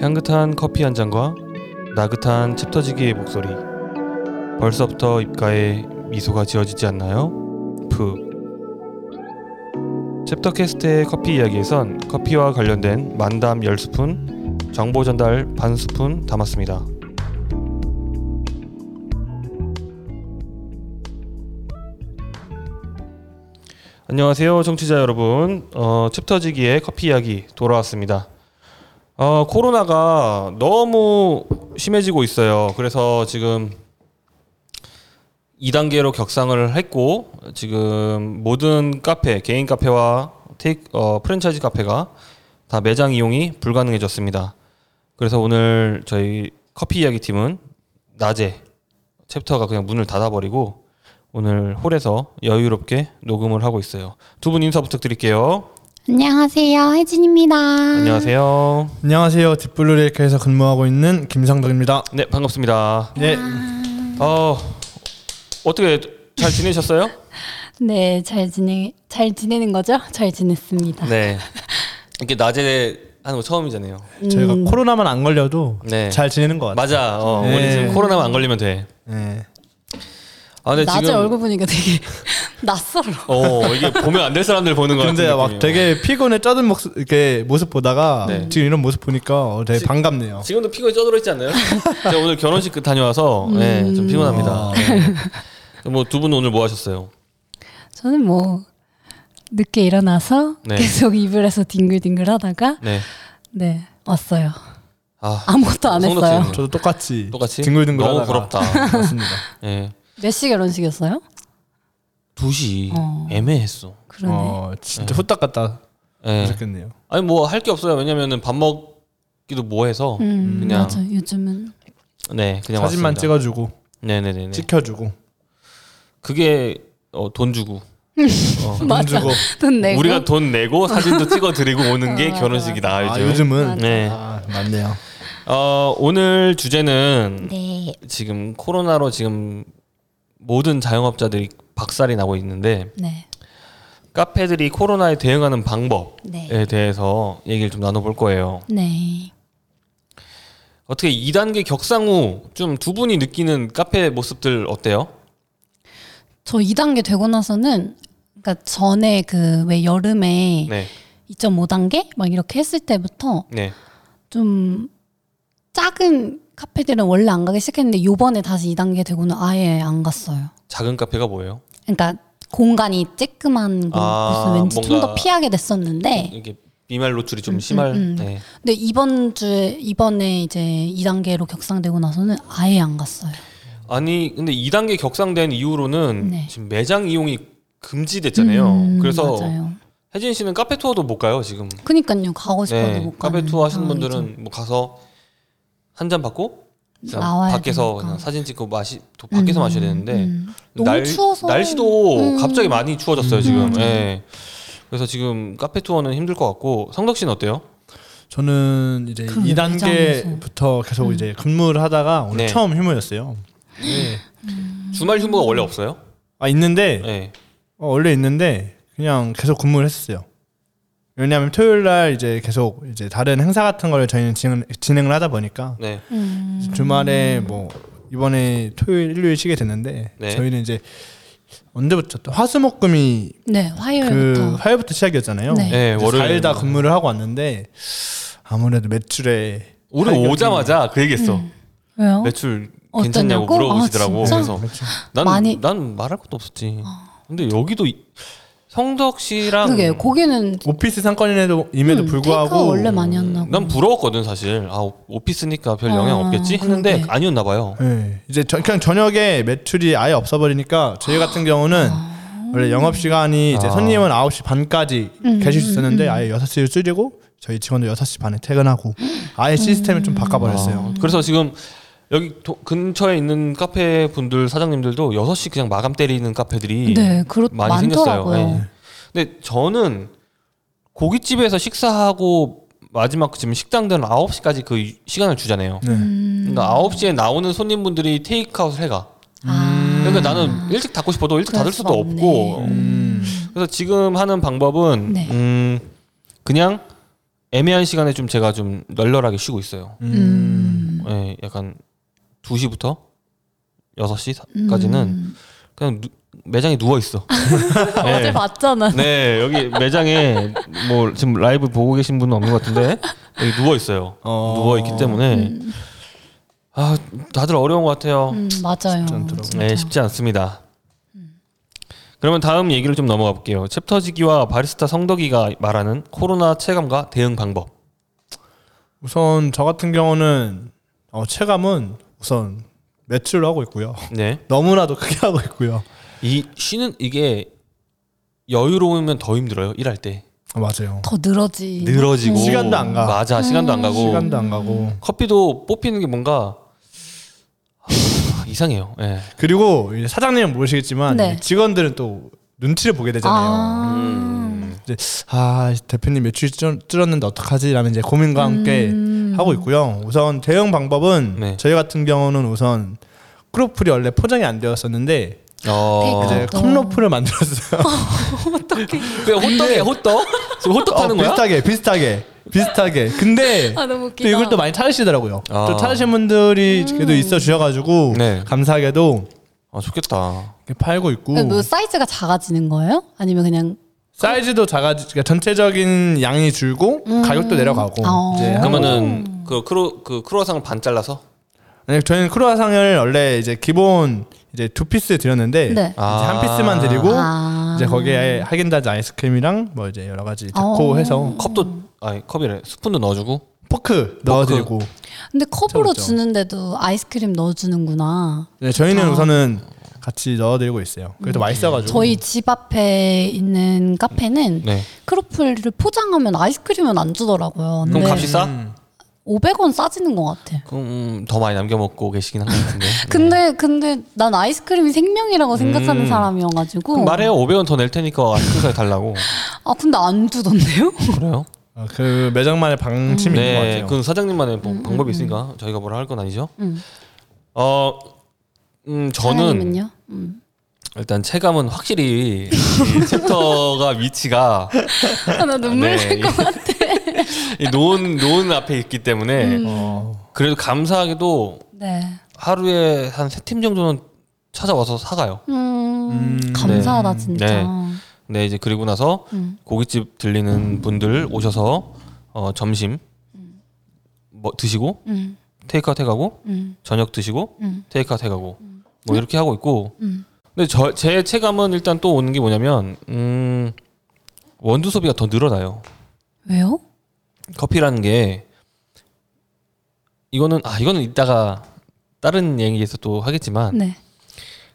향긋한 커피 한 잔과 나긋한 챕터지기의 목소리. 벌써부터 입가에 미소가 지어지지 않나요? 푸. 챕터캐스트의 커피 이야기에선 커피와 관련된 만담 10스푼, 정보 전달 반 스푼 담았습니다. 안녕하세요, 정치자 여러분. 어, 챕터지기의 커피 이야기 돌아왔습니다. 어, 코로나가 너무 심해지고 있어요. 그래서 지금 2단계로 격상을 했고 지금 모든 카페, 개인 카페와 테이크, 어, 프랜차이즈 카페가 다 매장 이용이 불가능해졌습니다. 그래서 오늘 저희 커피 이야기 팀은 낮에 챕터가 그냥 문을 닫아버리고 오늘 홀에서 여유롭게 녹음을 하고 있어요. 두 분 인사 부탁드릴게요. 안녕하세요, 혜진입니다. 안녕하세요. 안녕하세요. 딥블루레이크에서 근무하고 있는 김상덕입니다. 네, 반갑습니다. 아. 네. 어 어떻게 잘 지내셨어요? 네, 잘 지내 잘 지내는 거죠? 잘 지냈습니다. 네. 이렇게 낮에 하는 거 처음이잖아요. 저희가 코로나만 안 걸려도 네. 잘 지내는 것 같아요. 맞아. 어, 네. 우리 지금 코로나만 안 걸리면 돼. 네. 아, 근데 낮에 지금 얼굴 보니까 되게 낯설어. 어 이게 보면 안 될 사람들 보는 거 같은데. 근데 막 되게 피곤해 쩌든 모습, 이렇게 모습 보다가 네. 지금 이런 모습 보니까 어, 되게 반갑네요. 지금도 피곤이 쪄들어 있지 않나요? 제가 오늘 결혼식 그 다녀와서 네, 좀 피곤합니다. 아. 뭐 두 분 오늘 뭐 하셨어요? 저는 뭐 늦게 일어나서 네. 계속 이불에서 뒹굴뒹굴하다가 네. 네 왔어요. 아 아무것도 안 성덕 했어요. 씨는요? 저도 똑같이, 똑같이 뒹굴뒹굴 너무 하다가 부럽다. 맞습니다. 네. 몇 시 결혼식이었어요? 2시 어. 애매했어. 그러네. 어, 진짜 후딱 갔다 네. 오셨겠네요. 아니 뭐 할 게 없어요. 왜냐면은 밥 먹기도 뭐해서 음, 그냥- 맞아. 요즘은 네 그냥 사진만 왔습니다. 찍어주고 네네네네. 찍혀주고 그게 어, 돈 주고 어, 돈 맞아. 주고 돈 내고 네, 우리가 돈 내고 사진도 찍어 드리고 오는 게 네. 아, 결혼식이다 아, 요즘. 요즘은 네. 아, 맞네요. 어, 오늘 주제는 네. 지금 코로나로 지금 모든 자영업자들이 박살이 나고 있는데 네. 카페들이 코로나에 대응하는 방법에 네. 대해서 얘기를 좀 나눠볼 거예요. 네. 어떻게 2단계 격상 후 좀 두 분이 느끼는 카페 모습들 어때요? 저 2단계 되고 나서는 그러니까 전에 그 왜 여름에 네, 2.5단계 막 이렇게 했을 때부터 네, 좀 작은 카페들은 원래 안 가기 시작했는데 요번에 다시 2단계 되고는 아예 안 갔어요. 작은 카페가 뭐예요? 그러니까 공간이 쬐끄만 곳- 아, 곳을 왠지 좀 뭔가- 음, 더 피하게 됐었는데 이렇게 비말 노출이 좀 심할. 네. 음. 네. 근데 이번 주에 이번에 이제 2단계로 격상되고 나서는 아예 안 갔어요. 아니 근데 2단계 격상된 이후로는 네. 지금 매장 이용이 금지됐잖아요. 음, 그래서 맞아요. 혜진 씨는 카페 투어도 못 가요 지금. 그니까요. 가고 싶어도 못 가는 네, 카페 투어 하시는 상황이죠. 분들은 뭐 가서 한 잔 받고 그냥 나와야 밖에서 되니까. 그냥 사진 찍고 마시 또 밖에서 음, 마셔야 되는데 음. 너무 추워서 날씨도 음. 갑자기 많이 추워졌어요 지금. 음. 예. 그래서 지금 카페 투어는 힘들 것 같고 성덕 씨는 어때요? 저는 이제 그러네, 음. 2단계부터 계속 이제 근무를 하다가 네. 오늘 처음 휴무였어요. 네. 네. 음. 주말 휴무가 원래 없어요? 아 있는데 예. 어, 원래 있는데 그냥 계속 근무를 했었어요. 왜냐하면 토요일 날 이제 계속 이제 다른 행사 같은 걸 저희는 진행, 진행을 하다 보니까 네. 음. 주말에 뭐 이번에 토요일 일요일 쉬게 됐는데 네. 저희는 이제 언제부터 화수목금이 네, 그 화요일부터 화요일부터 시작이었잖아요. 네. 네, 월요일. 4일 다 근무를 하고 왔는데 아무래도 매출에 오늘 가격이- 오자마자 그 얘기했어. 왜요? 네, 매출 음. 어떠냐고? 괜찮냐고 물어보시더라고. 아, 진짜? 그래서 매출- 난, 많이- 어. 난 말할 것도 없었지. 근데 여기도 이- 성덕 씨랑 그게 고기는 오피스 상권임에도 임에도 음. 음, 테이크아웃 불구하고 원래 많이 한다고. 음, 난 부러웠거든 사실. 아 오- 오피스니까 별 영향 아, 없겠지 했는데 그러게. 아니었나 봐요. 네, 이제 저, 그냥 저녁에 매출이 아예 없어버리니까 저희 아. 같은 경우는 원래 영업 시간이 이제 아. 손님은 9시 반까지 음, 계실 음, 수 있었는데 아예 6시를 줄이고 저희 직원도 6시 반에 퇴근하고 아예 시스템을 음. 좀 바꿔버렸어요. 아, 그래서 지금 여기 도- 근처에 있는 카페 분들 사장님들도 6시 그냥 마감 때리는 카페들이 네, 그렇 많이 많더라고요. 생겼어요. 예. 근데 저는 고깃집에서 식사하고 마지막 지금 식당들은 9시까지 그 유- 시간을 주잖아요. 네. 음. 그러니까 9시에 나오는 손님분들이 테이크아웃을 해가. 아. 그러니까 나는 일찍 닫고 싶어도 일찍 그럴 닫을 수가 수도 없네. 없고 음. 그래서 지금 하는 방법은 네. 음, 그냥 애매한 시간에 좀 제가 좀 널널하게 쉬고 있어요. 음. 예, 약간 2시부터 6시까지는 음. 그냥 누- 매장에 누워 있어. 예. 어제 봤잖아. 네, 여기 매장에 뭐 지금 라이브 보고 계신 분은 없는 것 같은데 여기 누워 있어요. 어. 누워 있기 때문에 음, 아 다들 어려운 것 같아요. 음, 맞아요. 쉽지 않더라고요. 진짜. 네, 쉽지 않습니다. 그러면 다음 얘기를 좀 넘어가 볼게요. 챕터지기와 바리스타 성덕이가 말하는 코로나 체감과 대응 방법. 우선 저 같은 경우는 어, 체감은 우선 매출로 하고 있고요. 네, 너무나도 크게 하고 있고요. 이 쉬는 이게 여유로우면 더 힘들어요. 일할 때 아, 맞아요. 더 늘어지. 네. 늘어지고 시간도 안 가. 맞아, 시간도 안 가고 시간도 안 가고 커피도 뽑히는 게 뭔가 이상해요. 예. 그리고 이제 사장님은 모르시겠지만 네. 직원들은 또 눈치를 보게 되잖아요. 아. 음. 아, 대표님 매출이 줄- 줄었는데 어떡하지라는 이제 고민과 함께 음. 하고 있고요. 우선 대응 방법은 네. 저희 같은 경우는 우선 크로플이 원래 포장이 안 되었었는데 어. 이제 어. 컵로프를 만들었어요. 그 호떡에 호떡? 지금 호떡 네. 어, 파는 거야? 비슷하게 비슷하게 비슷하게. 근데 아 너무 또 웃기다. 음. 이걸 또 많이 찾으시더라고요. 아. 또 찾으신 분들이 그래도 있어 주셔가지고 네. 감사하게도 아 좋겠다. 이렇게 팔고 있고 그러니까 뭐 사이즈가 작아지는 거예요? 아니면 그냥 사이즈도 작아지 그러니까 전체적인 양이 줄고 음. 가격도 내려가고 어. 아. 이제 하고 그러면은 그 크로 그 크로아상을 반 잘라서 아니, 저희는 크로아상을 원래 이제 기본 이제 두 피스 드렸는데 네. 이제 아. 한 피스만 드리고 아. 이제 거기에 하겐다즈 아이스크림이랑 뭐 이제 여러 가지 데코 어. 해서 컵도 아니 컵이래 스푼도 넣어주고 포크 넣어드리고 근데 컵으로 그쵸. 주는데도 아이스크림 넣어주는구나. 네, 저희는 아. 음. 우선은 같이 넣어드리고 있어요. 그래도 맛있어가지고 저희 음. 집 앞에 있는 카페는 네. 크로플을 포장하면 아이스크림은 안 주더라고요. 그럼 근데 값이 싸? 음. 500원 싸지는 것 같아. 그럼 음, 더 많이 남겨 먹고 계시긴 한 것 같은데. 네. 근데 근데 난 아이스크림이 생명이라고 생각하는 음. 사람이어가지고 그럼 말해요. 500원 더 낼 테니까 아이스크림 달라고. 아 근데 안 주던데요? 그래요? 어, 그 매장만의 방침이 있는 것 네, 같아요. 그 사장님만의 뭐 방법이 있으니까 저희가 뭐라 할 건 아니죠. 음. 어, 음 저는 사장님은요? 음. 일단 체감은 확실히 이 챕터가 위치가 아, 나 눈물 날 것 같아. 이 노은 노은 앞에 있기 때문에 어, 그래도 감사하게도 네. 하루에 한 세 팀 정도는 찾아와서 사가요. 음, 음, 감사하다 네. 진짜. 네. 네 이제 그리고 나서 음. 고깃집 들리는 분들 오셔서 어, 점심 뭐 드시고 음, 테이크아웃 해가고 음, 저녁 드시고 음, 테이크아웃 해가고 뭐 이렇게 하고 있고 음. 근데 저, 제 체감은 일단 또 오는 게 뭐냐면 음, 원두 소비가 더 늘어나요. 왜요? 커피라는 게 이거는 아 이거는 이따가 다른 얘기에서 또 하겠지만 네.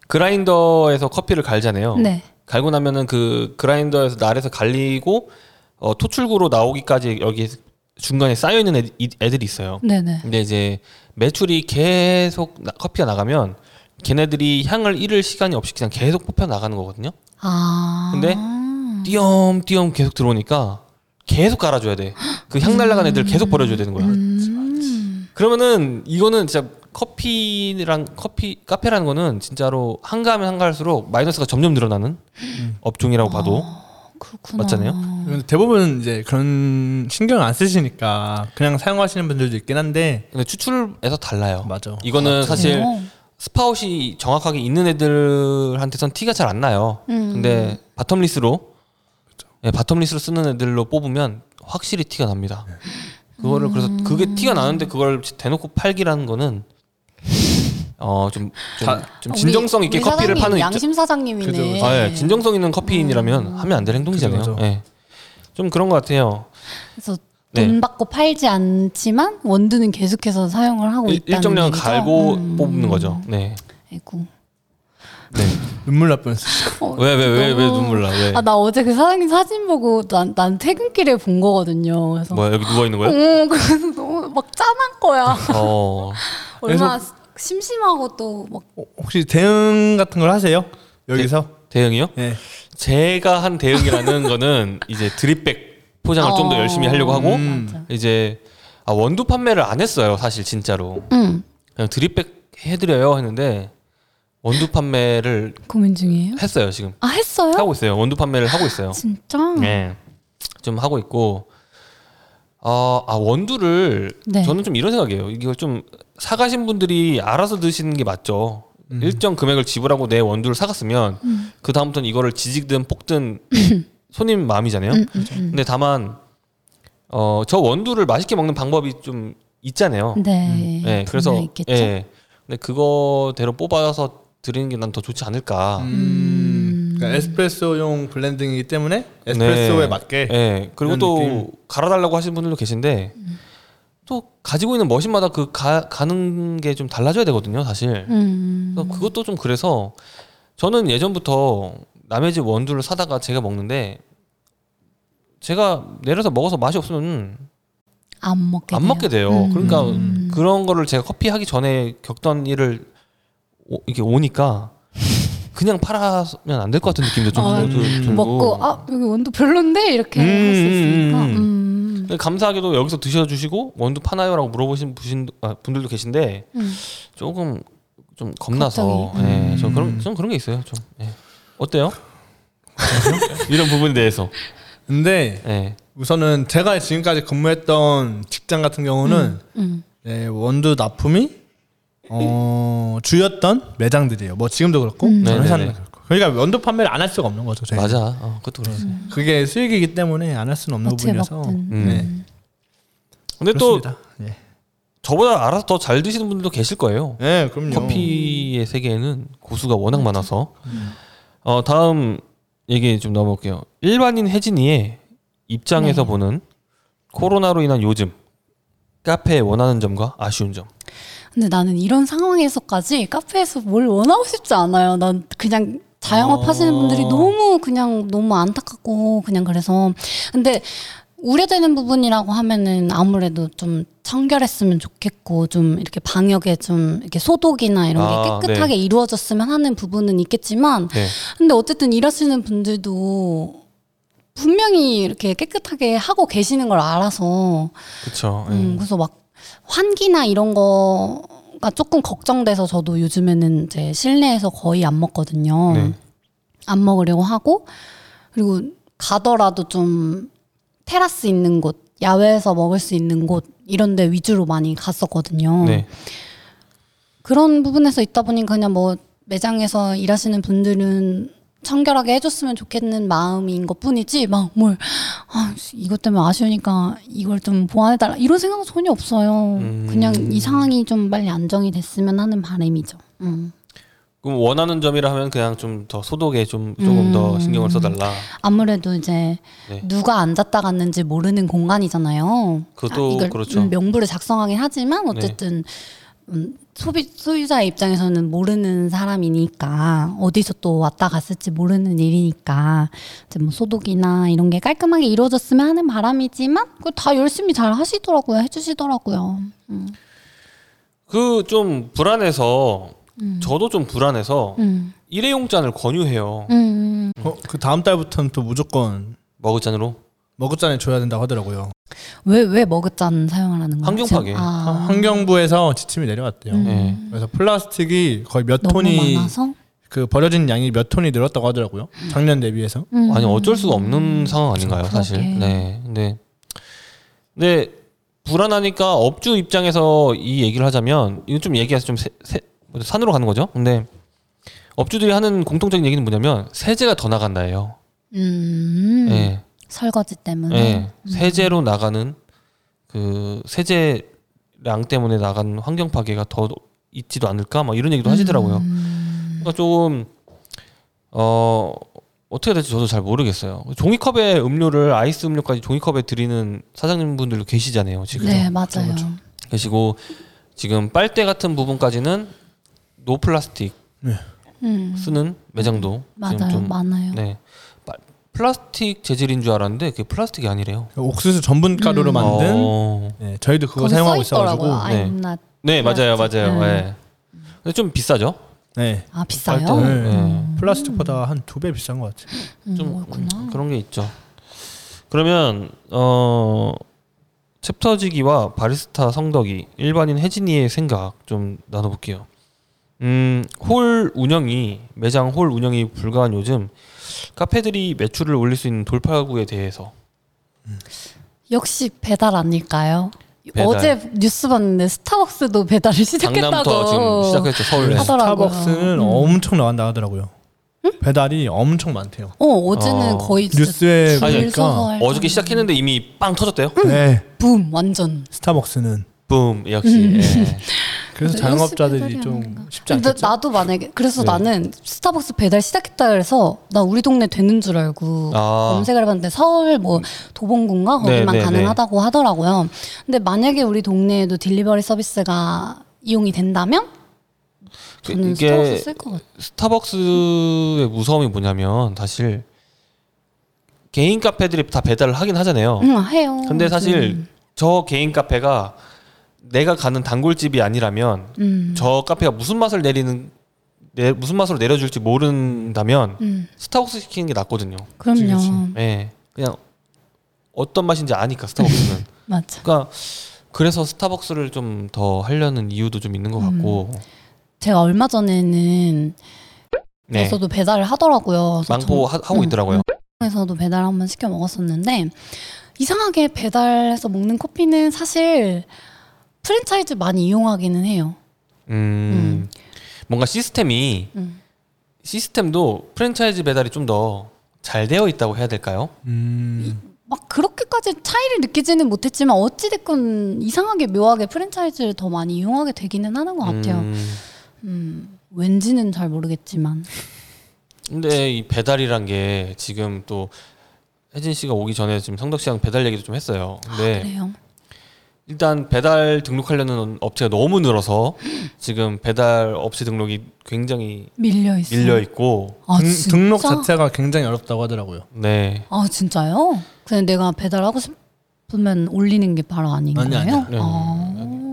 그라인더에서 커피를 갈잖아요. 네. 갈고 나면은 그 그라인더에서 날에서 갈리고 어, 토출구로 나오기까지 여기 중간에 쌓여 있는 애들, 이- 애들이 있어요. 네, 네. 근데 이제 매출이 계속 나- 커피가 나가면 걔네들이 향을 잃을 시간이 없이 그냥 계속 뽑혀 나가는 거거든요. 아. 근데 띄엄띄엄 계속 들어오니까 계속 갈아줘야 돼. 그 향 날라간 애들 계속 버려줘야 되는 거야. 음. 그러면은 이거는 진짜 커피랑 커피 카페라는 거는 진짜로 한가하면 한가할수록 마이너스가 점점 늘어나는 업종이라고 봐도 그렇구나. 음. 맞잖아요? 근데 대부분 이제 그런 신경 안 쓰시니까 그냥 사용하시는 분들도 있긴 한데 근데 추출에서 달라요. 맞아. 이거는 사실 그래요? 스파웃이 정확하게 있는 애들한테선 티가 잘 안 나요. 음. 근데 바텀리스로 그렇죠. 예, 바텀리스로 쓰는 애들로 뽑으면 확실히 티가 네. 납니다. 그거를 그래서 음. 그게 티가 나는데 그걸 대놓고 팔기라는 거는 어좀좀 좀, 다- 좀 진정성 있게 아, 우리 커피를 사장님, 파는 입장- 양심 사장님이네. 음. 그죠, 그죠. 아, 예. 진정성 있는 커피인이라면 하면 안 될 행동이잖아요. 그죠, 그죠. 예. 좀 그런 것 같아요. 그래서 네. 돈 받고 팔지 않지만 원두는 계속해서 사용을 하고 일- 있다는 일정량 얘기죠? 갈고 음. 뽑는 거죠. 네. 아이고. 눈물 날 뻔했어요. 왜 왜 왜 왜 너무- 눈물 나? 왜? 아, 나 어제 그 사장님 사진 보고 난, 난 퇴근길에 본 거거든요. 그래서 뭐야 여기 누워 있는 거야? 어, 그래서 너무 막 짠한 거야. 어. 얼마나 심심하고 또막 어, 혹시 대응 같은 걸 하세요? 여기서? 대응이요? 예. 제가 한 대응이라는 거는 이제 드립백 포장을 좀 더 어, 열심히 하려고 하고 음. 맞아. 이제 아, 원두 판매를 안 했어요 사실 진짜로 응. 그냥 드립백 해드려요 했는데 원두 판매를 고민 중이에요. 했어요 지금 아, 했어요? 네. 예. 하고 있어요 원두 판매를 하고 있어요 진짜? 네. 좀 하고 있고 아, 아 원두를 네. 저는 좀 이런 생각이에요. 이거 좀 사가신 분들이 알아서 드시는 게 맞죠. 일정 금액을 지불하고 내 원두를 사갔으면 그 다음부터는 이거를 지지든 볶든 손님 마음이잖아요. 근데 다만 어, 저 원두를 맛있게 먹는 방법이 좀 있잖아요. 네. 예, 분명히 그래서 있겠죠. 예, 근데 그거대로 뽑아서 드리는 게 난 더 좋지 않을까. 음. 그러니까 에스프레소용 블렌딩이기 때문에 에스프레소에 네. 맞게 예. 그리고 이런 또 느낌. 갈아달라고 하시는 분들도 계신데 또 가지고 있는 머신마다 그 가, 가는 게 좀 달라져야 되거든요, 사실. 음. 그래서 그것도 좀 그래서 저는 예전부터 남의 집 원두를 사다가 제가 먹는데 제가 내려서 먹어서 맛이 없으면 안 먹게. 안 돼요. 먹게 돼요. 음. 그러니까 음. 그런 거를 제가 커피 하기 전에 겪던 일을 오, 이게 오니까 그냥 팔아면 안 될 것 같은 느낌도 좀 어, 들고 음. 들고. 먹고 아 여기 원두 별론데 이렇게 음, 할 수 있으니까. 음, 음. 근데 감사하게도 여기서 드셔주시고 원두 파나요라고 물어보신 부신, 아, 분들도 계신데 음. 조금 좀 겁나서 걱정이. 예, 음. 저 그런 좀 그런 게 있어요. 좀 예. 어때요? 이런 부분에 대해서 근데 예. 우선은 제가 지금까지 근무했던 직장 같은 경우는 음. 네, 원두 납품이 어, 주였던 매장들이에요. 뭐 지금도 그렇고 음. 저는 회사는 네네네. 그렇고. 그러니까 원두 판매를 안 할 수가 없는 거죠. 저희. 맞아. 어, 그것도 그렇지. 음. 그게 수익이기 때문에 안 할 수는 없는 어떻게 부분이어서. 먹든. 네. 근데 또 그렇습니다. 예. 저보다 알아서 더 잘 드시는 분들도 계실 거예요. 네, 그럼요. 음. 커피의 세계에는 고수가 워낙 많아서 어, 다음 얘기 좀 넘어볼게요. 일반인 혜진이의 입장에서 네. 보는 코로나로 인한 요즘 카페의 원하는 점과 아쉬운 점. 근데 나는 이런 상황에서까지 카페에서 뭘 원하고 싶지 않아요. 난 그냥 어. 자영업 하시는 분들이 너무 그냥 너무 안타깝고 그냥 그래서 근데 우려되는 부분이라고 하면은 아무래도 좀 청결했으면 좋겠고 좀 이렇게 방역에 좀 이렇게 소독이나 이런 아, 게 깨끗하게 이루어졌으면 하는 부분은 있겠지만 네. 근데 어쨌든 일하시는 분들도 분명히 이렇게 깨끗하게 하고 계시는 걸 알아서 그렇죠. 음, 그래서 막 환기나 이런 거가 조금 걱정돼서 저도 요즘에는 이제 실내에서 거의 안 먹거든요. 네. 안 먹으려고 하고 그리고 가더라도 좀 테라스 있는 곳, 야외에서 먹을 수 있는 곳 이런 데 위주로 많이 갔었거든요. 네. 그런 부분에서 있다 보니 그냥 뭐 매장에서 일하시는 분들은 청결하게 해줬으면 좋겠는 마음인 것 뿐이지 막 뭘 아, 이것 때문에 아쉬우니까 이걸 좀 보완해달라 이런 생각은 전혀 없어요. 음. 그냥 이 상황이 좀 빨리 안정이 됐으면 하는 바람이죠. 음. 그럼 원하는 점이라 하면 그냥 좀 더 소독에 좀 조금 음. 더 신경을 써달라. 아무래도 이제 네. 누가 앉았다 갔는지 모르는 공간이잖아요. 그것도 그렇죠. 네. 음, 명부를 작성하긴 하지만 어쨌든 음, 소비 소유자의 입장에서는 모르는 사람이니까 어디서 또 왔다 갔을지 모르는 일이니까 이제 뭐 소독이나 이런 게 깔끔하게 이루어졌으면 하는 바람이지만 그거 다 열심히 잘 하시더라고요, 해주시더라고요. 그 좀 불안해서 저도 좀 불안해서 음, 일회용 잔을 권유해요. 음, 어, 그 다음 달부터는 또 무조건 먹을 잔으로. 머그잔에 줘야 된다고 하더라고요. 왜왜 머그잔 사용을 하는 거예요? 환경파괴. 지금? 아, 환경부에서 지침이 내려왔대요. 음. 예. 그래서 플라스틱이 거의 몇 너무 톤이 많아서 그 버려진 양이 몇 톤이 늘었다고 하더라고요. 작년 대비해서. 음. 그렇죠. 예. 아니 어쩔 수가 없는 상황 아닌가요, 사실. 그러게. 네. 근데 근데 불안하니까 업주 입장에서 이 얘기를 하자면 이거 좀 얘기해서 좀 세- 세- 뭐죠? 산으로 가는 거죠. 근데 업주들이 하는 공통적인 얘기는 뭐냐면 세제가 더 나간다예요. 음, 예. 설거지 때문에 예. 세제로 나가는 그 세제량 때문에 나간 환경 파괴가 더 있지도 않을까 막 이런 얘기도 하시더라고요. 음. 그러니까 조금 어 어떻게 될지 저도 잘 모르겠어요. 종이컵에 음료를 아이스 음료까지 종이컵에 드리는 사장님분들도 계시잖아요. 지금 그렇죠, 네 맞아요. 계시고 지금 빨대 같은 부분까지는 노 플라스틱 음, 쓰는 매장도 지금 맞아요, 좀 많아요. 네. 빨- 플라스틱 재질인 줄 알았는데 그게 플라스틱이 아니래요. 옥수수 전분 가루로 만든 어. 네, 저희도 그거 음. 거기 사용하고 써 있어가지고 있더라고요. 아, 네. I'm not- 네 맞아요 플라스틱. 맞아요. 네. 네. 근데 좀 비싸죠. 네. 아 비싸요? 빨대. 네. 음. 플라스틱보다 한 두 배 비싼 것 같아요. 음, 좀 그렇구나. 그런 게 있죠. 그러면 어 챕터지기와 바리스타 성덕이 일반인 혜진이의 생각 좀 나눠볼게요. 음홀 운영이 매장 홀 운영이 불가한 요즘 카페들이 매출을 올릴 수 있는 돌파구에 대해서 역시 배달 아닐까요? 배달. 어제 뉴스 봤는데 스타벅스도 배달을 강남부터 지금 시작했다고. 시작했죠 서울에. 하다- 하더라고요. 음. 스타벅스는 엄청 나간다 하더라고요. 배달이 엄청 많대요. 어 어제는 어. 거의 진짜 뉴스에 줄 아니, 그러니까. 서서 보니까 할 어저께 정도. 시작했는데 이미 빵 터졌대요. 네 붐 완전. 스타벅스는 붐 역시. 음. 예. 그래서 그래서 자영업자들이 연습 좀 쉽지 근데 않겠죠. 나도 만약에 그래서 네. 나는 스타벅스 배달 시작했다 그래서 나 우리 동네 되는 줄 알고 아. 검색을 해봤는데 서울 뭐 네, 도봉구인가 거기만 네, 가능하다고 하더라고요. 근데 만약에 우리 동네에도 딜리버리 서비스가 이용이 된다면 저는 그 이게 스타벅스 쓸 것 같아요. 스타벅스의 무서움이 뭐냐면 사실 개인 카페들이 다 배달을 하긴 하잖아요. 응 해요. 어. 근데 음. 사실 저 개인 카페가 내가 가는 단골집이 아니라면 음. 저 카페가 무슨 맛을 내리는 내, 무슨 맛으로 내려줄지 모른다면 음. 스타벅스 시키는 게 낫거든요. 그럼요. 그치, 그치. 음. 예. 그냥 어떤 맛인지 아니까 스타벅스는. 맞아. 그러니까 그래서 스타벅스를 좀 더 하려는 이유도 좀 있는 것 음. 같고. 제가 얼마 전에는 네. 저도 배달을 하더라고요. 그래서 망포 하, 고 음, 있더라고요. 에서도 배달 한번 시켜 먹었었는데 이상하게 배달해서 먹는 커피는 사실 프랜차이즈 많이 이용하기는 해요. 음. 뭔가 시스템이 음. 시스템도 프랜차이즈 배달이 좀 더 잘 되어 있다고 해야 될까요? 음, 막 그렇게까지 차이를 느끼지는 못했지만 어찌 됐건 이상하게 묘하게 프랜차이즈를 더 많이 이용하게 되기는 하는 것 같아요. 음. 음. 왠지는 잘 모르겠지만 근데 이 배달이란 게 지금 또 혜진 씨가 오기 전에 지금 성덕 씨랑 배달 얘기도 좀 했어요. 근데 아, 그래요. 일단 배달 등록하려는 업체가 너무 늘어서 지금 배달 업체 등록이 굉장히 밀려 있어. 밀려 있고 아, 등, 진짜? 등록 자체가 굉장히 어렵다고 하더라고요. 네. 아 진짜요? 그냥 내가 배달하고 싶으면 올리는 게 바로 아닌가요? 아니, 아니야. 네. 아.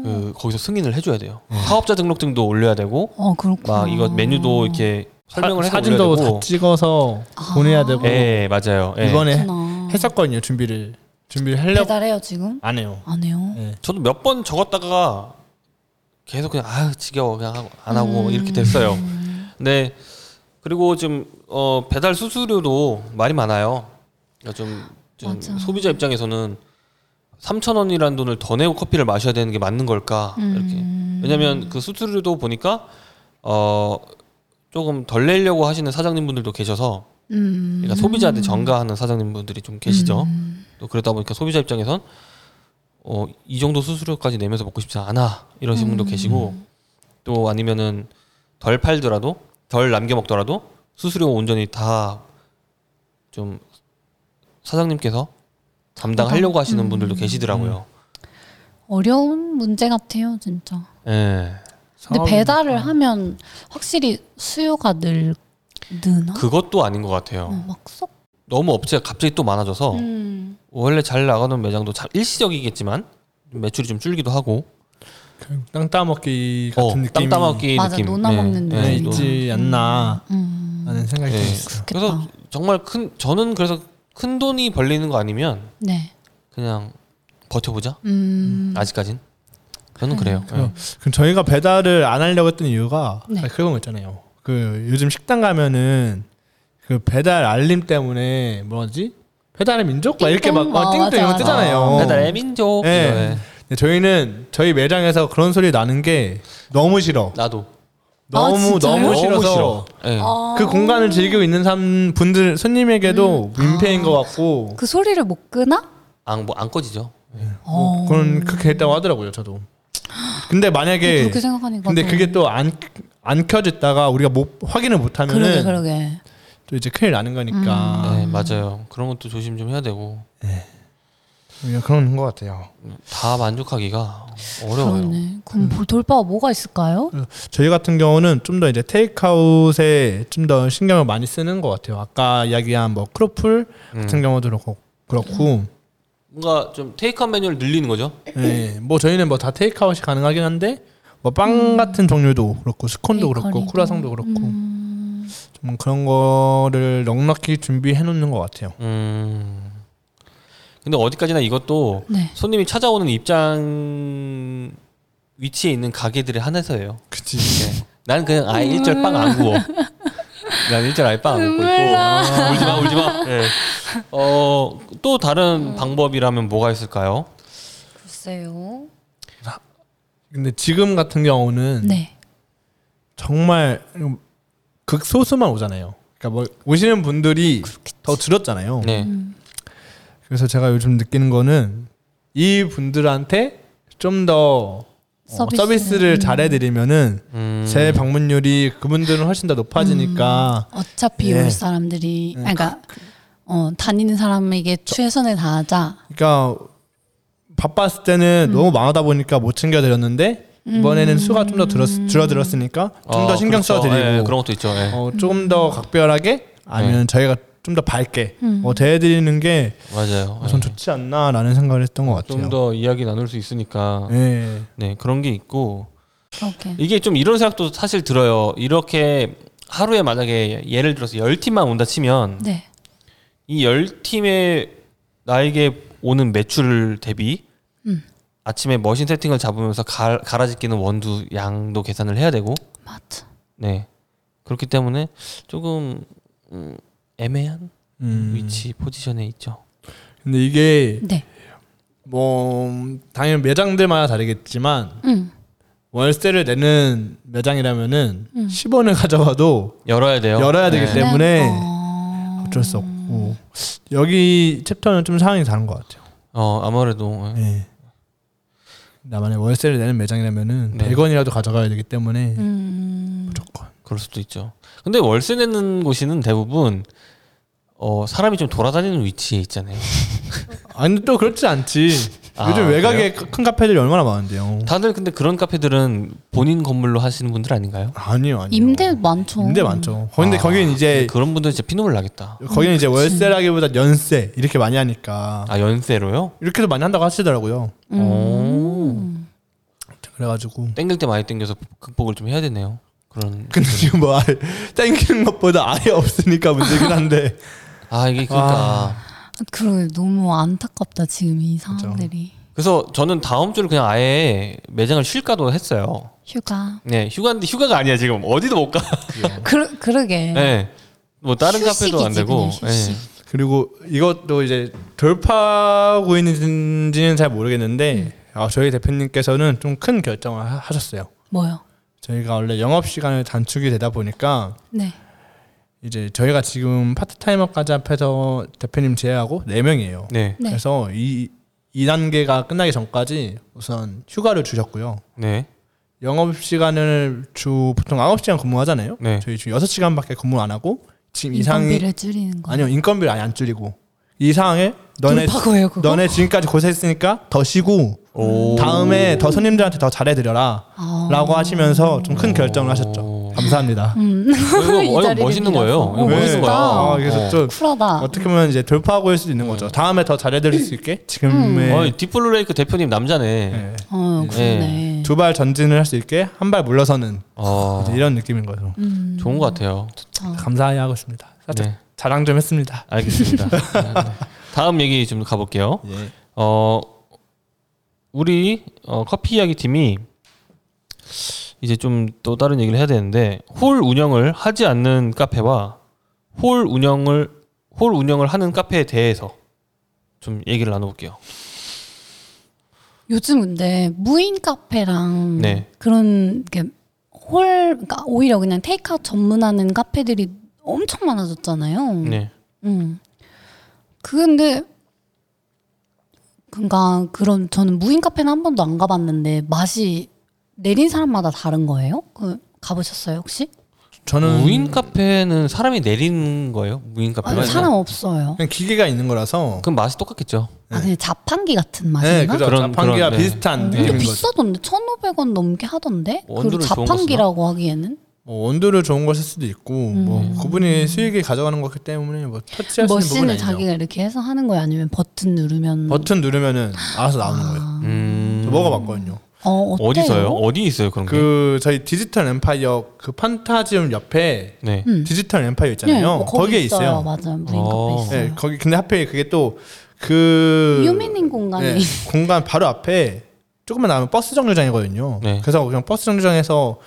그 거기서 승인을 해줘야 돼요. 음. 사업자 등록증도 올려야 되고 어 그렇구나. 막 이거 메뉴도 이렇게 설명을 사, 해서 진도 올려야 다 되고. 찍어서 아. 보내야 되고 예, 맞아요. 예. 이번에 그렇구나. 했었거든요 준비를 준비를 하려고 배달해요 지금? 안 해요. 안 해요. 네. 저도 몇 번 적었다가 계속 그냥 아 지겨워 그냥 하고- 안 하고 뭐 이렇게 됐어요. 네 그리고 지금 어, 배달 수수료도 말이 많아요. 그러니까 좀, 좀 맞아. 소비자 입장에서는 3천 원이라는 돈을 더 내고 커피를 마셔야 되는 게 맞는 걸까 이렇게 왜냐하면 그 수수료도 보니까 어 조금 덜 내려고 하시는 사장님분들도 계셔서 음. 그러니까 소비자한테 전가하는 사장님분들이 좀 계시죠. 또 그러다 보니까 소비자 입장에선 어, 이 정도 수수료까지 내면서 먹고 싶지 않아 이러신 분도 계시고 또 아니면은 덜 팔더라도 덜 남겨 먹더라도 수수료 온전히 다 좀 사장님께서 담당하려고 음. 하시는 분들도 계시더라고요. 어려운 문제 같아요, 진짜. 예. 근데 배달을 하면 확실히 수요가 늘 느나? 그것도 아닌 것 어, 같아요. 막 쏙. 너무 업체가 갑자기 또 많아져서 음. 원래 잘 나가는 매장도 참 일시적이겠지만 매출이 좀 줄기도 하고 그냥 땅 따먹기 같은 어, 느낌이 땅 따먹기 맞아, 느낌 노나 먹는 네, 네, 느낌. 노- 있지 않나 음. 하는 생각이 네. 좀 있어요. 그래서 정말 큰 저는 그래서 큰 돈이 벌리는 거 아니면 네. 그냥 버텨보자 음. 아직까진 저는 그래요. 네. 그래요. 그럼 저희가 배달을 안 하려고 했던 이유가 네. 아, 그런 거 있잖아요. 그 요즘 식당 가면은 그 배달 알림 때문에 뭐지? 배달의 민족? 막 이렇게 막, 막 띵동. 어, 띵동 이거 맞아, 맞아. 뜨잖아요. 아, 배달의 민족. 네. 이거에. 근데 저희는 저희 매장에서 그런 소리 나는 게 너무 싫어. 나도 너무 아, 진짜요? 너무 너무 싫어서 네. 아. 그 공간을 즐기고 있는 사- 분들 손님에게도 음. 민폐인 것 같고 그 소리를 못 끄나? 안, 뭐 안 꺼지죠. 어. 그건 그렇게 했다고 하더라고요 저도 근데 만약에 네, 어, 그렇게 생각하니까. 근데 또- 그게 또 안 안 켜졌다가 우리가 못 확인을 못하면은 그러게 그러게. 또 이제 큰일 나는 음. 거니까 네 맞아요. 그런 것도 조심 좀 해야 되고 네. 네, 그냥 그런 것 같아요 다 만족하기가 어려워요. 그러네. 그럼 뭐 돌파가 뭐가 있을까요? 저희 같은 경우는 좀 더 이제 테이크아웃에 좀 더 신경을 많이 쓰는 것 같아요 아까 이야기한 뭐 크로플 같은 경우도 그렇고 그렇고 뭔가 좀 테이크아웃 메뉴를 늘리는 거죠. 네, 뭐 저희는 뭐 다 테이크아웃이 가능하긴 한데 뭐 빵 같은 종류도 그렇고 스콘도 그렇고 음. 베이커리도. 쿠라상도 그렇고 음. 좀 그런 거를 넉넉히 준비해 놓는 것 같아요. 음. 근데 어디까지나 이것도 네. 손님이 찾아오는 입장 위치에 있는 가게들의 한해서예요. 그치. 네. 난 그냥 아예 아, 일절 빵 안 구워. 난 일절 아예 빵 안 굽고 있고 울지 마 울지 마. 예. 어, 또 다른 방법이라면 뭐가 있을까요? 글쎄요. 근데 지금 같은 경우는 네. 정말 극소수만 오잖아요. 그러니까 뭐 오시는 분들이 더 줄었잖아요. 네. 그래서 제가 요즘 느끼는 거는 이 분들한테 좀 더 어, 서비스를. 서비스. 를 잘해드리면은 음, 제 방문율이 그분들은 훨씬 더 음. 높아지니까 어차피 예. 올 사람들이 네. 아니, 그러니까 어, 다니는 사람에게 최선을 다하자. 그러니까 바빴을 때는 너무 망하다 보니까 못 챙겨드렸는데 이번에는 수가 좀 더 줄어들었으니까 좀 더 어, 신경 그렇죠. 써드리고 예, 그런 네. 것도 있죠. 예. 어, 조금 더 각별하게 아니면 저희가 좀 더 밝게 어, 대해드리는 게 맞아요. 우선 좋지 않나라는 생각을 했던 것 같아요. 네. 좀 더 이야기 나눌 수 있으니까 예. 네 그런 게 있고 그렇게. 이게 좀 이런 생각도 사실 들어요. 이렇게 하루에 만약에 예를 들어서 열 팀만 온다 치면 네. 이 열 팀의 나에게 오는 매출 대비 음. 아침에 머신 세팅을 잡으면서 갈, 갈아짓기는 원두 양도 계산을 해야 되고 맞아. 네 그렇기 때문에 조금 음, 애매한 음. 위치 포지션에 있죠. 근데 이게 네. 뭐 음, 당연히 매장들마다 다르겠지만 음. 월세를 내는 매장이라면은 10원을 가져와도 열어야 돼요. 열어야 되기 네. 때문에 어, 어쩔 수 없고 여기 챕터는 좀 상황이 다른 것 같아요. 어 아무래도 예. 나만의 월세를 내는 매장이라면은 네. 100원이라도 가져가야 되기 때문에 음. 무조건. 그럴 수도 있죠. 근데 월세 내는 곳이는 대부분 어 사람이 좀 돌아다니는 위치에 있잖아요. 아니 또 그렇지 않지. 아, 요즘 외곽에 큰 카페들이 얼마나 많은데요. 다들 근데 그런 카페들은 본인 건물로 하시는 분들 아닌가요? 아니요, 네, 아니요. 임대 많죠. 임대 많죠. 근데 아, 거기는 이제 그런 분들 진짜 피눈물 나겠다. 거기는 이제 월세라기보다 연세 이렇게 많이 하니까 아 연세로요? 이렇게도 많이 한다고 하시더라고요. 음. 오. 그래가지고 땡길 때 많이 땡겨서 극복을 좀 해야 되네요. 그런. 근데 지금 뭐 아예 땡기는 것보다 아예 없으니까 문제긴 한데 아 이게 그러니까. 그러게 너무 안타깝다 지금 이 상황들이. 그래서 저는 다음 주를 그냥 아예 매장을 쉴까도 했어요. 휴가. 네 휴가인데 휴가가 아니야 지금 어디도 못 가. 그 그러게. 네. 뭐 다른 휴식이지, 카페도 안 되고. 그냥 휴식. 네. 그리고 이것도 이제 돌파하고 있는지는 잘 모르겠는데 아, 저희 대표님께서는 좀 큰 결정을 하- 하셨어요. 뭐요? 저희가 원래 영업 시간을 단축이 되다 보니까 네. 이제 저희가 지금 파트타이머까지 앞에서 대표님 제외하고 네 명이에요. 네. 네. 그래서 이 2단계가 끝나기 전까지 우선 휴가를 주셨고요. 네. 영업 시간을 주 보통 9시간 근무하잖아요. 네. 저희 지금 6시간밖에 근무 안 하고 지금 이 상황이 인건비를 줄이는 거. 아니요. 인건비를 아예 안 줄이고 이 상황에 너네 너네 파고요 그거. 너네 지금까지 고생했으니까 더 쉬고 오. 다음에 더 손님들한테 더 잘해드려라 아. 라고 하시면서 좀 큰 결정을 하셨죠. 감사합니다. 음. 이거, 이 이거 자리를 멋있는 빌어서. 거예요. 이거 어, 멋있는 멋있다. 거야. 아, 그래서 어. 좀 쿨하다. 어떻게 보면 이제 돌파하고 할 수 있는 거죠. 다음에 더 잘해드릴 수 있게 지금의 어이, 딥블루레이크 대표님 남자네. 네. 어, 그러네. 두 발 전진을 할 수 있게 한 발 물러서는 어, 이제 이런 느낌인 거죠. 음, 좋은 것 같아요. 좋다. 감사히 하고 있습니다. 살짝 네, 자랑 좀 했습니다. 알겠습니다. 네, 네. 다음 얘기 좀 가볼게요. 예. 어, 우리 어, 커피 이야기 팀이 이제 좀 또 다른 얘기를 해야 되는데 홀 운영을 하지 않는 카페와 홀 운영을 홀 운영을 하는 카페에 대해서 좀 얘기를 나눠볼게요. 요즘 근데 무인 카페랑 네. 그런 게 홀, 그러니까 오히려 그냥 테이크아웃 전문하는 카페들이 엄청 많아졌잖아요. 네, 음. 그 근데 그러니까 그런 저는 무인 카페는 한 번도 안 가봤는데 맛이 내린 사람마다 다른 거예요? 그 가보셨어요 혹시? 저는 무인 카페는 사람이 내리는 거예요. 무인 아니, 카페가 사람 없어요. 그냥 기계가 있는 거라서 그럼 맛이 똑같겠죠. 아 그냥 자판기 같은 네, 맛인가? 그죠. 그런- 자판기가 그런, 네. 비슷한 근데 느낌인 거죠. 비싸던데 1,500원 넘게 하던데? 그리고 원두를 좋은 거 자판기라고 하기에는 뭐 원두를 좋은 걸 쓸 수도 있고 뭐 그분이 수익을 가져가는 거기 때문에 뭐 터치할 수 있는 부분이 음. 머신을 아니죠. 자기가 이렇게 해서 하는 거예요? 아니면 버튼 누르면 버튼 누르면은 알아서 나오는 거예요. 음, 저 먹어봤거든요. 어, 어때요? 어디서요? 어디 있어요 그런 게? 그 저희 디지털 엠파이어 그 판타지움 옆에 네. 음. 디지털 엠파이어 있잖아요. 네, 뭐 거기 거기에 있어요. 맞아요. 무인 어. 카페 있어요. 네, 거기 근데 하필 그게 또 그 유민인 공간이 네, 공간 바로 앞에 조금만 나가면 버스 정류장이거든요. 네. 그래서 그냥 버스 정류장에서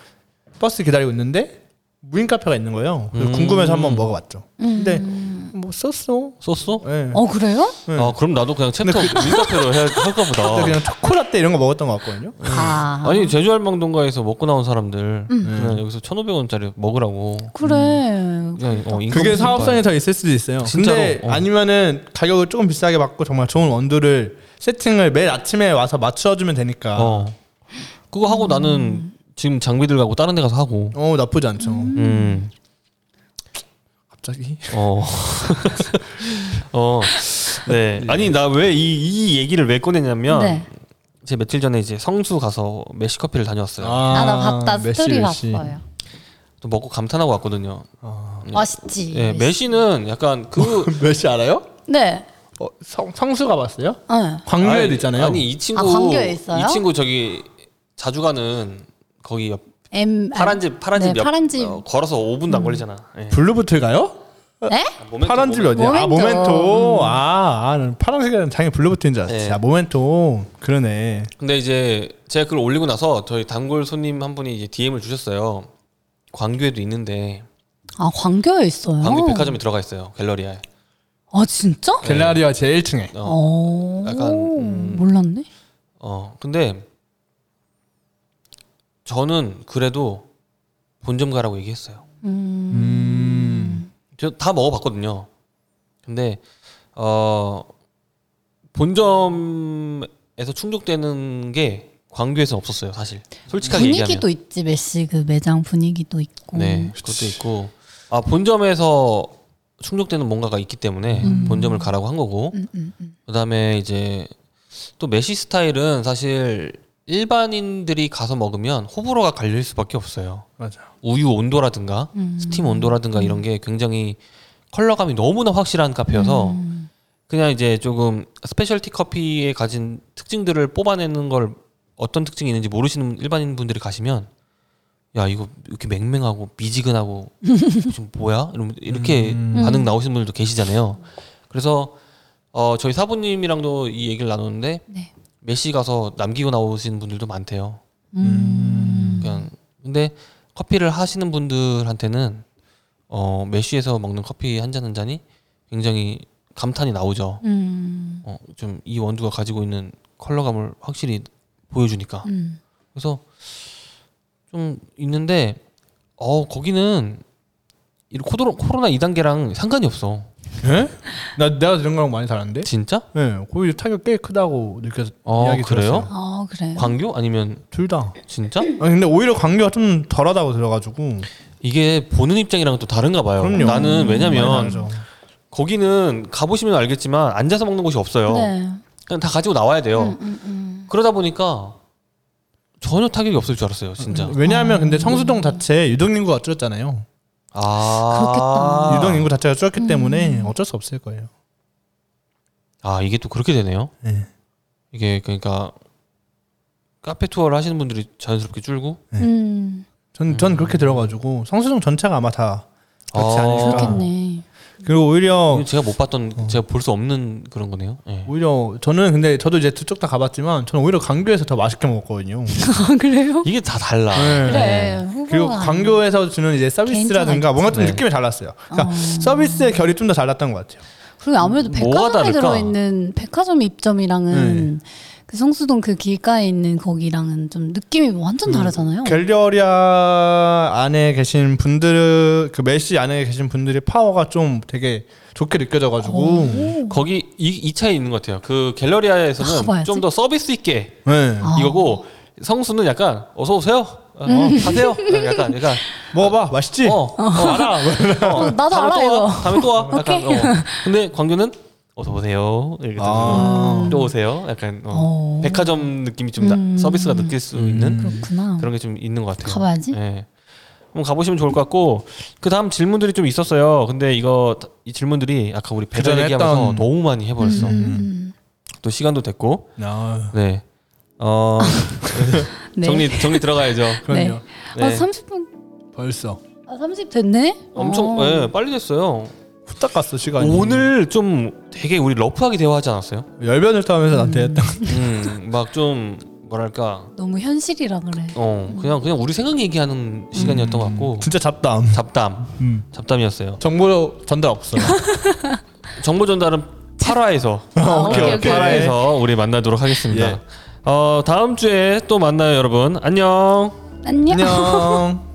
버스 기다리고 있는데 무인 카페가 있는 거예요. 그래서 음. 음. 궁금해서 한번 먹어봤죠. 근데 뭐 썼어. 썼어? 예. 어 그래요? 네. 아 그럼 나도 그냥 챕터 밀카페로 해야 할까 그때 보다. 그냥 초코라떼 이런 거 먹었던 것 같거든요. 어, 아 아니 음. 제주 할망동가에서 먹고 나온 사람들 네. 그냥 여기서 1,500원짜리 먹으라고. 그래. 그냥, 어, 인건비 그게 좀 사업성이 더 있을 수도 있어요. 진짜로, 근데 어. 아니면은 가격을 조금 비싸게 받고 정말 좋은 원두를 세팅을 매일 아침에 와서 맞춰주면 봐요. 되니까 어, 어. 그거 하고 나는 지금 장비들 가고 다른 데 가서 하고. 어, 나쁘지 않죠. 음. 갑자기 어. 어. 네. 예. 아니 나 왜 이 이 얘기를 왜 꺼내냐면 네. 제가 며칠 전에 이제 성수 가서 메시 커피를 다녀왔어요. 아, 나 봤다. 메시, 스토리 메시. 봤어요. 또 먹고 감탄하고 왔거든요. 맛있지. 예, 메시는 약간 그 메시 알아요? 네. 어, 성, 성수가 봤어요? 네. 광교에도 아니, 있잖아요. 아니 이 친구 아, 광교에 있어요? 이 친구 저기 자주 가는 거기 옆 M 파란 집 파란 집 네, 옆, 파란 집. 음. 어, 걸어서 5분도 안 걸리잖아. 예. 블루부틀 가요? 네? 아, 모멘토, 파란 집 모멘토. 어디야? 아 모멘토. 모멘토. 아, 아 나는 파란색은 당연히 블루부틀인 줄 알았지. 네. 아 모멘토 그러네. 근데 이제 제가 그걸 올리고 나서 저희 단골 손님 한 분이 이제 DM을 주셨어요. 광교에도 있는데 아 광교에 있어요. 광교 백화점에 들어가 있어요 갤러리아에. 아 진짜? 갤라리아 제 1층에. 어, 어. 약간, 음. 몰랐네. 어 근데 저는 그래도 본점 가라고 얘기했어요. 음. 음. 저 다 먹어봤거든요. 근데 어 본점에서 충족되는 게 광교에서는 없었어요, 사실. 솔직하게 분위기도 얘기하면. 있지 메시 그 매장 분위기도 있고. 음. 네, 그것도 있고. 아 본점에서 충족되는 뭔가가 있기 때문에 본점을 가라고 한 거고. 음, 음, 음. 그다음에 이제 또 메시 스타일은 사실 일반인들이 가서 먹으면 호불호가 갈릴 수밖에 없어요. 맞아. 우유 온도라든가 음. 스팀 온도라든가 이런 게 굉장히 컬러감이 너무나 확실한 카페여서 음. 그냥 이제 조금 스페셜티 커피에 가진 특징들을 뽑아내는 걸 어떤 특징이 있는지 모르시는 일반인 분들이 가시면 야 이거 이렇게 맹맹하고 미지근하고 좀 뭐야 이러면 이렇게 음. 반응 나오시는 분들도 계시잖아요. 그래서 어 저희 사부님이랑도 이 얘기를 나눴는데 네. 메시 가서 남기고 나오시는 분들도 많대요. 음. 그냥 근데 커피를 하시는 분들한테는 어 메쉬에서 먹는 커피 한 잔 한 잔이 굉장히 감탄이 나오죠. 음. 어 좀 이 원두가 가지고 있는 컬러감을 확실히 보여주니까. 음. 그래서 좀 있는데 어 거기는 이 코로나 코로나 2단계랑 상관이 없어. 예? 나 내가 들은 거랑 많이 다른데? 진짜? 예. 네, 거기 타격 꽤 크다고 느껴서 어, 이야기 그래요? 들었어요. 아 그래. 광교 아니면 둘 다. 진짜? 아니, 근데 오히려 광교가 좀 덜하다고 들어가지고. 이게 보는 입장이랑 또 다른가 봐요. 그럼요. 음, 나는 많이 왜냐면 다르죠. 거기는 가보시면 알겠지만 앉아서 먹는 곳이 없어요. 네. 그냥 다 가지고 나와야 돼요. 음, 음, 음. 그러다 보니까 전혀 타격이 없을 줄 알았어요, 진짜. 왜냐하면 근데 성수동 자체 유동 인구가 줄었잖아요. 아, 그렇겠다. 유동 인구 자체가 줄었기 음. 때문에 어쩔 수 없을 거예요. 아 이게 또 그렇게 되네요. 네. 이게 그러니까 카페 투어를 하시는 분들이 자연스럽게 줄고 음. 전, 전 그렇게 들어가지고 성수동 전체가 아마 다 그렇지 아. 않을까. 그렇겠네. 어. 그리고 오히려 제가 못 봤던 제가 볼 수 없는 그런 거네요. 예. 오히려 저는 근데 저도 이제 두 쪽 다 가봤지만 저는 오히려 광교에서 더 맛있게 먹었거든요. 아 그래요? 이게 다 달라. 예. 네. 그래. 그리고 후보가 광교에서 주는 이제 서비스라든가 괜찮아, 뭔가 좀 네. 느낌이 달랐어요. 그러니까 어. 서비스의 결이 좀 더 달랐던 것 같아요. 그리고 아무래도 뭐가 백화점에 다를까? 네. 들어있는 백화점 입점이랑은 그 성수동 그 길가에 있는 거기랑은 좀 느낌이 뭐 음. 완전 다르잖아요. 갤러리아 안에 계신 분들 그 메시 안에 계신 분들의 파워가 좀 되게 좋게 느껴져가지고 어. 거기 이, 이 차에 있는 것 같아요. 그 아, 갤러리아에서는 봐야지. 좀 더 서비스 있게 네. 아. 이거고 성수는 약간 어서 오세요. 어, 음. 가세요. 약간 약간 먹어봐 맛있지? 어, 어, 알아. 어, 나도 다음에 알아, 또 와. 이거. 다음에 또 와. 약간, 어. 근데 광규는 어서 오세요. 이렇게 아. 아. 또 오세요. 약간 어. 어. 백화점 느낌이 좀 음. 나, 서비스가 느낄 수 있는 그렇구나. 음. 음, 그런 게 좀 있는 것 같아요. 가봐야지. 예. 한번 가보시면 좋을 것 같고 그 다음 질문들이 좀 있었어요. 근데 이거 이 질문들이 아까 우리 배달 그전에 얘기하면서 했던- 너무 많이 해버렸어. 음. 또 시간도 됐고 아, 네. 어 아, 네. 정리 정리 들어가야죠. 그럼요. 아, 네. 30분 벌써 아, 30 됐네. 엄청 어. 예, 빨리 됐어요. 후딱 갔어 시간이. 오늘 좀 되게 우리 러프하게 대화하지 않았어요? 열변을 타면서 나한테 했다. 음, 막 좀 막 뭐랄까 너무 현실이라 그래. 어 그냥 그냥 우리 생각 얘기하는 시간이었던 것 같고 진짜 잡담. 잡담 음. 잡담이었어요. 정보 전달 없어요. 정보 전달은 8화에서 아, 오케이, 오케이, 오케이. 오케이. 8화에서 우리 만나도록 하겠습니다. 어 다음 주에 또 만나요 여러분 안녕. 안녕. 안녕.